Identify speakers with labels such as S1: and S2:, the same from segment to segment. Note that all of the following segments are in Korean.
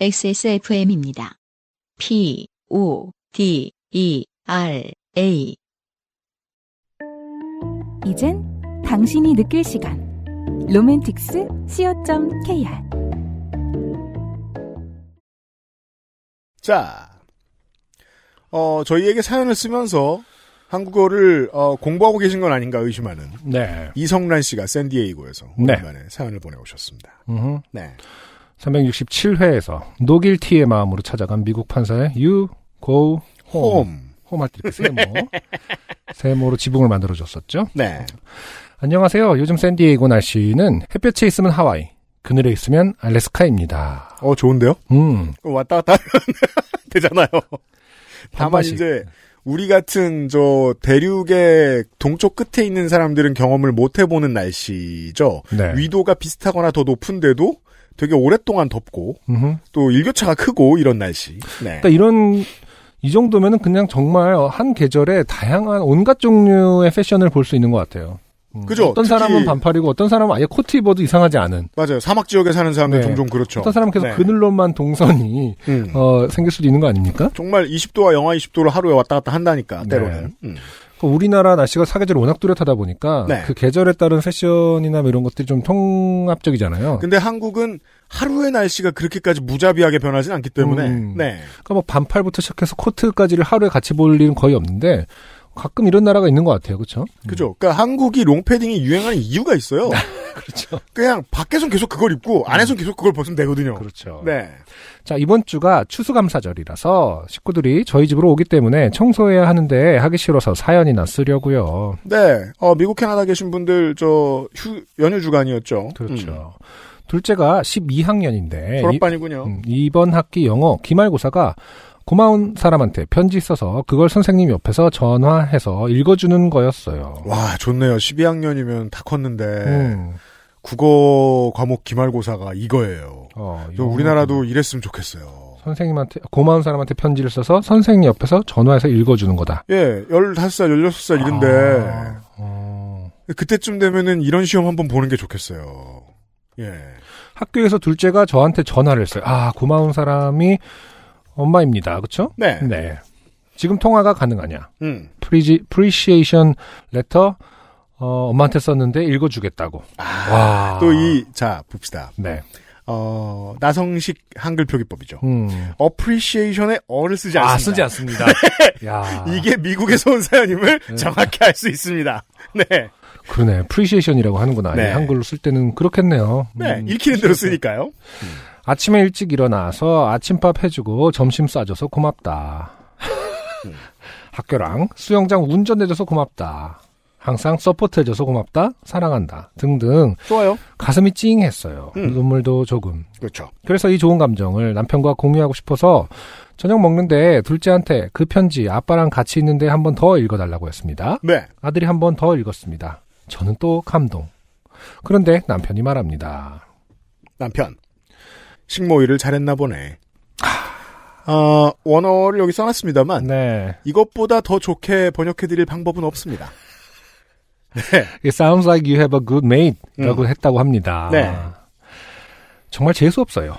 S1: XSFM입니다. P, O, D, E, R, A.
S2: 이젠 당신이 느낄 시간. 로맨틱스 co.kr
S3: 자, 어, 저희에게 사연을 쓰면서 한국어를 어, 공부하고 계신 건 아닌가 의심하는
S4: 네.
S3: 이성란 씨가 샌디에이고에서
S4: 네.
S3: 오랜만에 사연을 보내오셨습니다.
S4: 음.
S3: 네.
S4: 367회에서 노길티의 마음으로 찾아간 미국 판사의 You Go Home.
S3: 홈.
S4: 홈할 때 이렇게 세모. 세모로 지붕을 만들어줬었죠.
S3: 네.
S4: 안녕하세요. 요즘 샌디에이고 날씨는 햇볕에 있으면 하와이, 그늘에 있으면 알래스카입니다.
S3: 어, 좋은데요?
S4: 음.
S3: 어, 왔다 갔다 하면 되잖아요. 다만
S4: 반반씩.
S3: 이제 우리 같은 저 대륙의 동쪽 끝에 있는 사람들은 경험을 못 해보는 날씨죠.
S4: 네.
S3: 위도가 비슷하거나 더 높은데도 되게 오랫동안 덥고
S4: 음흠.
S3: 또 일교차가 크고 이런 날씨. 네.
S4: 그러니까 이런 이 정도면은 그냥 정말 한 계절에 다양한 온갖 종류의 패션을 볼 수 있는 것 같아요. 음,
S3: 그죠.
S4: 어떤
S3: 특히-
S4: 사람은 반팔이고 어떤 사람은 아예 코트 입어도 이상하지 않은.
S3: 맞아요. 사막 지역에 사는 사람들
S4: 네.
S3: 종종 그렇죠.
S4: 어떤 사람은 계속
S3: 네.
S4: 그늘로만 동선이
S3: 음.
S4: 어, 생길 수도 있는 거 아닙니까?
S3: 정말 20도와 영하 20도로 하루에 왔다 갔다 한다니까
S4: 네.
S3: 때로는. 음.
S4: 그 우리나라 날씨가 사계절 워낙 뚜렷하다 보니까
S3: 네.
S4: 그 계절에 따른 패션이나 뭐 이런 것들이 좀 통합적이잖아요.
S3: 근데 한국은 하루의 날씨가 그렇게까지 무자비하게 변하진 않기 때문에
S4: 음.
S3: 네.
S4: 그러니까 뭐 반팔부터 시작해서 코트까지를 하루에 같이 볼 일은 거의 없는데 가끔 이런 나라가 있는 것 같아요, 그렇죠?
S3: 그죠. 그러니까 한국이 롱패딩이 유행하는 이유가 있어요.
S4: 그렇죠.
S3: 그냥 밖에선 계속 그걸 입고 안에선 계속 그걸 벗으면 되거든요.
S4: 음. 그렇죠.
S3: 네.
S4: 자, 이번 주가 추수감사절이라서 식구들이 저희 집으로 오기 때문에 청소해야 하는데 하기 싫어서 사연이나 쓰려고요.
S3: 네. 어, 미국 캐나다 계신 분들 저 휴, 연휴 주간이었죠. 음.
S4: 그렇죠. 네, 둘째가 12학년인데
S3: 졸업반이군요.
S4: 음. 이번 학기 영어 기말고사가 고마운 사람한테 편지 써서 그걸 선생님 옆에서 전화해서 읽어주는 거였어요.
S3: 와, 좋네요. 12학년이면 다 컸는데
S4: 음,
S3: 국어 과목 기말고사가 이거예요.
S4: 어,
S3: 저
S4: 이거는
S3: 우리나라도 이랬으면 좋겠어요.
S4: 선생님한테 고마운 사람한테 편지를 써서 선생님 옆에서 전화해서 읽어주는 거다.
S3: 예, 15살, 16살 이런데,
S4: 아, 어.
S3: 그때쯤 되면은 이런 시험 한번 보는 게 좋겠어요. 예.
S4: 학교에서 둘째가 저한테 전화를 했어요. 아, 고마운 사람이 엄마입니다. 그쵸?
S3: 네.
S4: 네. 지금 통화가 가능하냐?
S3: 음.
S4: 프리지, 프리시에이션 레터, 어, 엄마한테 썼는데 읽어주겠다고. 와.
S3: 아, 또 이, 자, 봅시다.
S4: 네.
S3: 어, 나성식 한글 표기법이죠.
S4: 음.
S3: appreciation에 어를 쓰지 않습니다. 네.
S4: 아, 쓰지 않습니다. 아. 야.
S3: 이게 미국에서 온 사연임을 정확히 알 수 있습니다. 네.
S4: 그러네. 프리시에이션이라고 하는구나.
S3: 네.
S4: 이 한글로 쓸 때는 그렇겠네요.
S3: 네.
S4: 음.
S3: 읽히는 대로 쓰니까요.
S4: 아침에 일찍 일어나서 아침밥 해주고 점심 싸줘서 고맙다. 학교랑 수영장 운전해줘서 고맙다. 항상 서포트해줘서 고맙다. 사랑한다. 등등
S3: 좋아요.
S4: 가슴이 찡했어요.
S3: 음.
S4: 눈물도 조금.
S3: 그렇죠.
S4: 그래서 이 좋은 감정을 남편과 공유하고 싶어서 저녁 먹는데 둘째한테 그 편지 아빠랑 같이 있는데 한 번 더 읽어달라고 했습니다.
S3: 네.
S4: 아들이 한 번 더 읽었습니다. 저는 또 감동. 그런데 남편이 말합니다.
S3: 남편. 식모일을 잘했나 보네. 어, 원어를 여기 써놨습니다만,
S4: 네.
S3: 이것보다 더 좋게 번역해드릴 방법은 없습니다.
S4: It sounds like you have a good mate.
S3: 음.
S4: 라고 했다고 합니다.
S3: 네.
S4: 정말 재수없어요.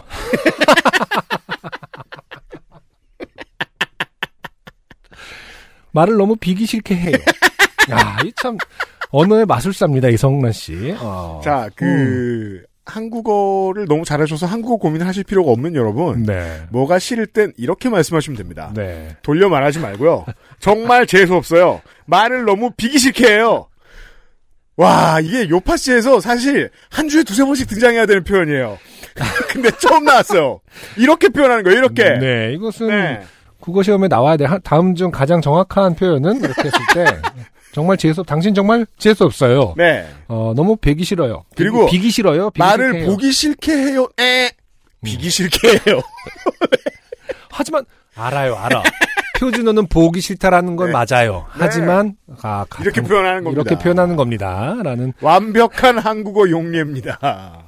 S4: 말을 너무 비기 싫게 해요. 야, 이 참 언어의 마술사입니다, 이성란 씨. 어.
S3: 자,
S4: 음.
S3: 그, 한국어를 너무 잘하셔서 한국어 고민을 하실 필요가 없는 여러분,
S4: 네.
S3: 뭐가 싫을 땐 이렇게 말씀하시면 됩니다.
S4: 네.
S3: 돌려 말하지 말고요. 정말 재수없어요. 말을 너무 비기 싫게 해요. 와, 이게 요파 씨에서 사실 한 주에 두세 번씩 등장해야 되는 표현이에요. 근데 처음 나왔어요. 이렇게 표현하는 거예요, 이렇게.
S4: 네, 이것은
S3: 네.
S4: 국어 시험에 나와야 될 한- 다음 중 가장 정확한 표현은 이렇게 했을 때 정말 재수 없, 당신 정말 재수 없어요.
S3: 네.
S4: 어, 너무 배기 싫어요. 비-
S3: 그리고
S4: 비기 싫어요. 비기
S3: 말을
S4: 싫게 해요. 음.
S3: 보기 싫게 해요. 에. 비기 싫게 해요.
S4: 하지만 알아요, 알아. 표준어는 보기 싫다라는 건
S3: 네.
S4: 맞아요. 하지만 아, 가-
S3: 이렇게 표현하는 겁니다.
S4: 이렇게 표현하는 겁니다라는
S3: 완벽한 한국어 용례입니다.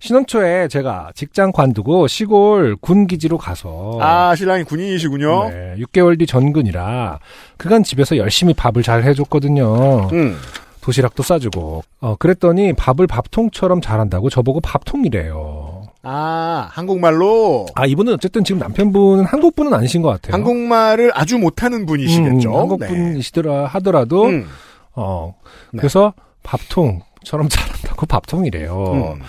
S4: 신혼 초에 제가 직장 관두고 시골 군 기지로 가서
S3: 아, 신랑이 군인이시군요.
S4: 어. 네, 6개월 뒤 전근이라 그간 집에서 열심히 밥을 잘 해줬거든요.
S3: 음.
S4: 도시락도 싸주고 어, 그랬더니 밥을 밥통처럼 잘한다고 저보고 밥통이래요.
S3: 아, 한국말로.
S4: 아, 이분은 어쨌든 지금 남편분은 한국분은 아니신 것 같아요.
S3: 한국말을 아주 못하는 분이시겠죠.
S4: 음, 한국분이시더라 하더라도,
S3: 네. 음,
S4: 어,
S3: 네.
S4: 그래서 밥통처럼 잘한다고 밥통이래요.
S3: 음.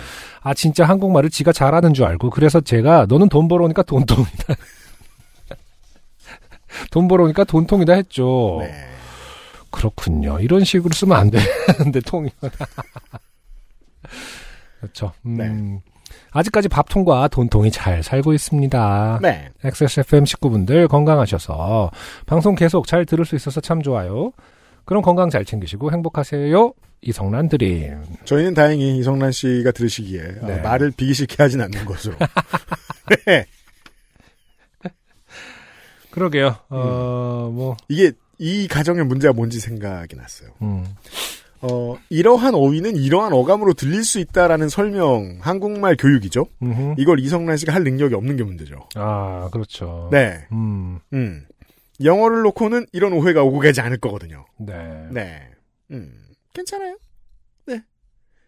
S4: 아, 진짜 한국말을 지가 잘하는 줄 알고. 그래서 제가 너는 돈 벌어오니까 돈통이다. 돈 벌어오니까 돈통이다 했죠.
S3: 네.
S4: 그렇군요. 이런 식으로 쓰면 안 되는데, 통이. 그렇죠. 음,
S3: 네.
S4: 아직까지 밥통과 돈통이 잘 살고 있습니다.
S3: 네.
S4: XSFM 식구분들 건강하셔서 방송 계속 잘 들을 수 있어서 참 좋아요. 그럼 건강 잘 챙기시고 행복하세요. 이성란 드림.
S3: 저희는 다행히 이성란 씨가 들으시기에 어,
S4: 네.
S3: 말을 비기시게 하진 않는 것으로. 네.
S4: 그러게요. 어, 뭐,
S3: 이게 이 가정의 문제가 뭔지 생각이 났어요.
S4: 음.
S3: 어, 이러한 어휘는 이러한 어감으로 들릴 수 있다라는 설명, 한국말 교육이죠.
S4: 음흠.
S3: 이걸 이성란 씨가 할 능력이 없는 게 문제죠.
S4: 아, 그렇죠.
S3: 네.
S4: 음,
S3: 음. 영어를 놓고는 이런 오해가 오고 가지 않을 거거든요.
S4: 네.
S3: 네. 음. 괜찮아요. 네.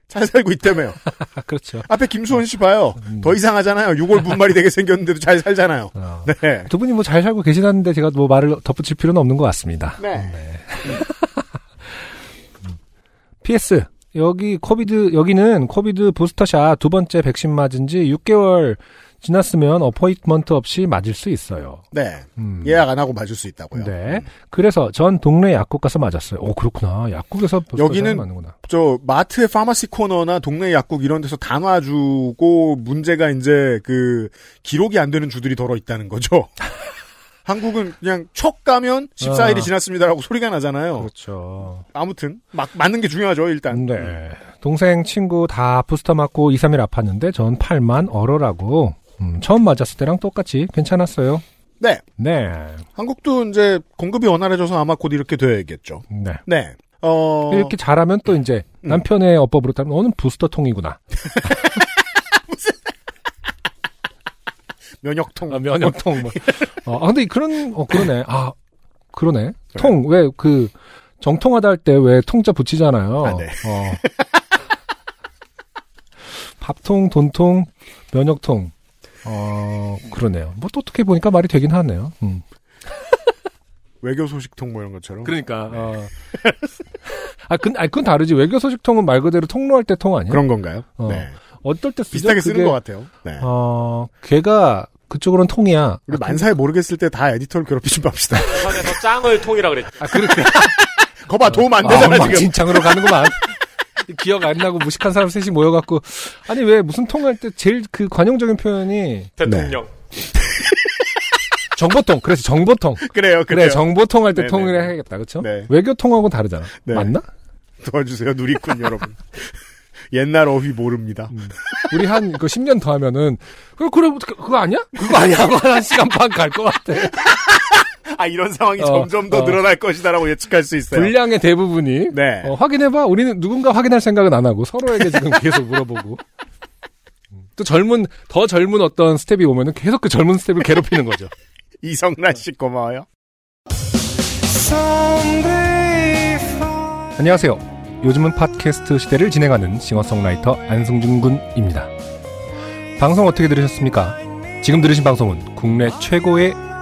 S3: 잘 살고 있다며요.
S4: 아, 그렇죠.
S3: 앞에 김수원 씨 봐요.
S4: 음.
S3: 더 이상하잖아요. 6월 분말이 되게 생겼는데도 잘 살잖아요.
S4: 어.
S3: 네.
S4: 두 분이 뭐 잘 살고 계시다는데 제가 뭐 말을 덧붙일 필요는 없는 것 같습니다.
S3: 네.
S4: PS. 여기 코비드 여기는 코비드 부스터샷 두 번째 백신 맞은 지 6개월 지났으면 어포인먼트 없이 맞을 수 있어요.
S3: 네.
S4: 음.
S3: 예약 안 하고 맞을 수 있다고요. 음.
S4: 네. 그래서 전 동네 약국 가서 맞았어요. 오, 그렇구나. 약국에서 부스터샷
S3: 여기는-
S4: 맞는구나.
S3: 저 마트의 파마시 코너나 동네 약국 이런 데서 다 놔주고 문제가 이제 그 기록이 안 되는 주들이 덜어 있다는 거죠. 한국은 그냥 척 가면 14일이
S4: 아.
S3: 지났습니다라고 소리가 나잖아요.
S4: 그렇죠.
S3: 아무튼 막 맞는 게 중요하죠 일단.
S4: 네. 동생, 친구 다 부스터 맞고 2, 3일 아팠는데 전 팔만 얼어라고. 음, 처음 맞았을 때랑 똑같이 괜찮았어요.
S3: 네.
S4: 네.
S3: 한국도 이제 공급이 원활해져서 아마 곧 이렇게 되겠죠.
S4: 네.
S3: 네. 어
S4: 이렇게 잘하면 또 이제
S3: 음.
S4: 남편의 어법으로 따면 너는 부스터통이구나.
S3: 면역통.
S4: 아, 면역통. 뭐. 어, 아, 근데 그런, 어, 그러네. 아, 그러네. 통, 왜 그, 정통하다 할 때 왜 통자 붙이잖아요.
S3: 아, 네.
S4: 어. 밥통, 돈통, 면역통. 어, 그러네요. 뭐 또 어떻게 보니까 말이 되긴 하네요. 음.
S3: 외교 소식통 뭐 이런 것처럼.
S4: 그러니까, 어. 아, 근, 아, 그건 다르지. 외교 소식통은 말 그대로 통로할 때 통 아니에요?
S3: 그런 건가요?
S4: 어.
S3: 네.
S4: 어떨 때 쓰죠?
S3: 비슷하게 쓰는
S4: 그게,
S3: 것 같아요. 네.
S4: 어, 걔가 아, 그쪽으로는 통이야.
S3: 우리 만사에
S4: 그러니까.
S3: 모르겠을 때 다 에디터를 괴롭히지 맙시다.
S5: 북한에서 짱을 통이라 그랬죠.
S4: 아, 그렇게.
S3: 거봐 도움 안
S4: 아,
S3: 되잖아
S4: 막
S3: 지금.
S4: 진창으로 가는구만. 기억 안 나고 무식한 사람 셋이 모여갖고 아니 왜 무슨 통할 때 제일 그 관용적인 표현이
S5: 대통령.
S4: 정보통 그래서 정보통
S3: 그래요,
S4: 그래
S3: 그래요.
S4: 정보통 할 때
S3: 네네.
S4: 통일 해야겠다 그쵸
S3: 네.
S4: 외교통하고 다르잖아
S3: 네.
S4: 맞나
S3: 도와주세요, 누리꾼 여러분. 옛날 어휘 모릅니다.
S4: 음. 우리 한 그 10년 더 하면은 그래 그래 어떡해, 그거 아니야 그거 아니야 하고 한 시간 반 갈 것 같아
S3: 네. 아, 이런 상황이
S4: 어,
S3: 점점 더
S4: 어.
S3: 늘어날 것이다라고 예측할 수 있어요.
S4: 분량의 대부분이
S3: 네.
S4: 어, 확인해봐 우리는 누군가 확인할 생각은 안 하고 서로에게 지금 계속 물어보고 음, 또 젊은 더 젊은 어떤 스텝이 오면은 계속 그 젊은 스텝을 괴롭히는 거죠.
S3: 이성란 씨 고마워요.
S4: 안녕하세요. 요즘은 팟캐스트 시대를 진행하는 싱어송라이터 안승준 군입니다. 방송 어떻게 들으셨습니까? 지금 들으신 방송은 국내 최고의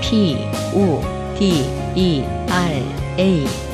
S1: P O D E R A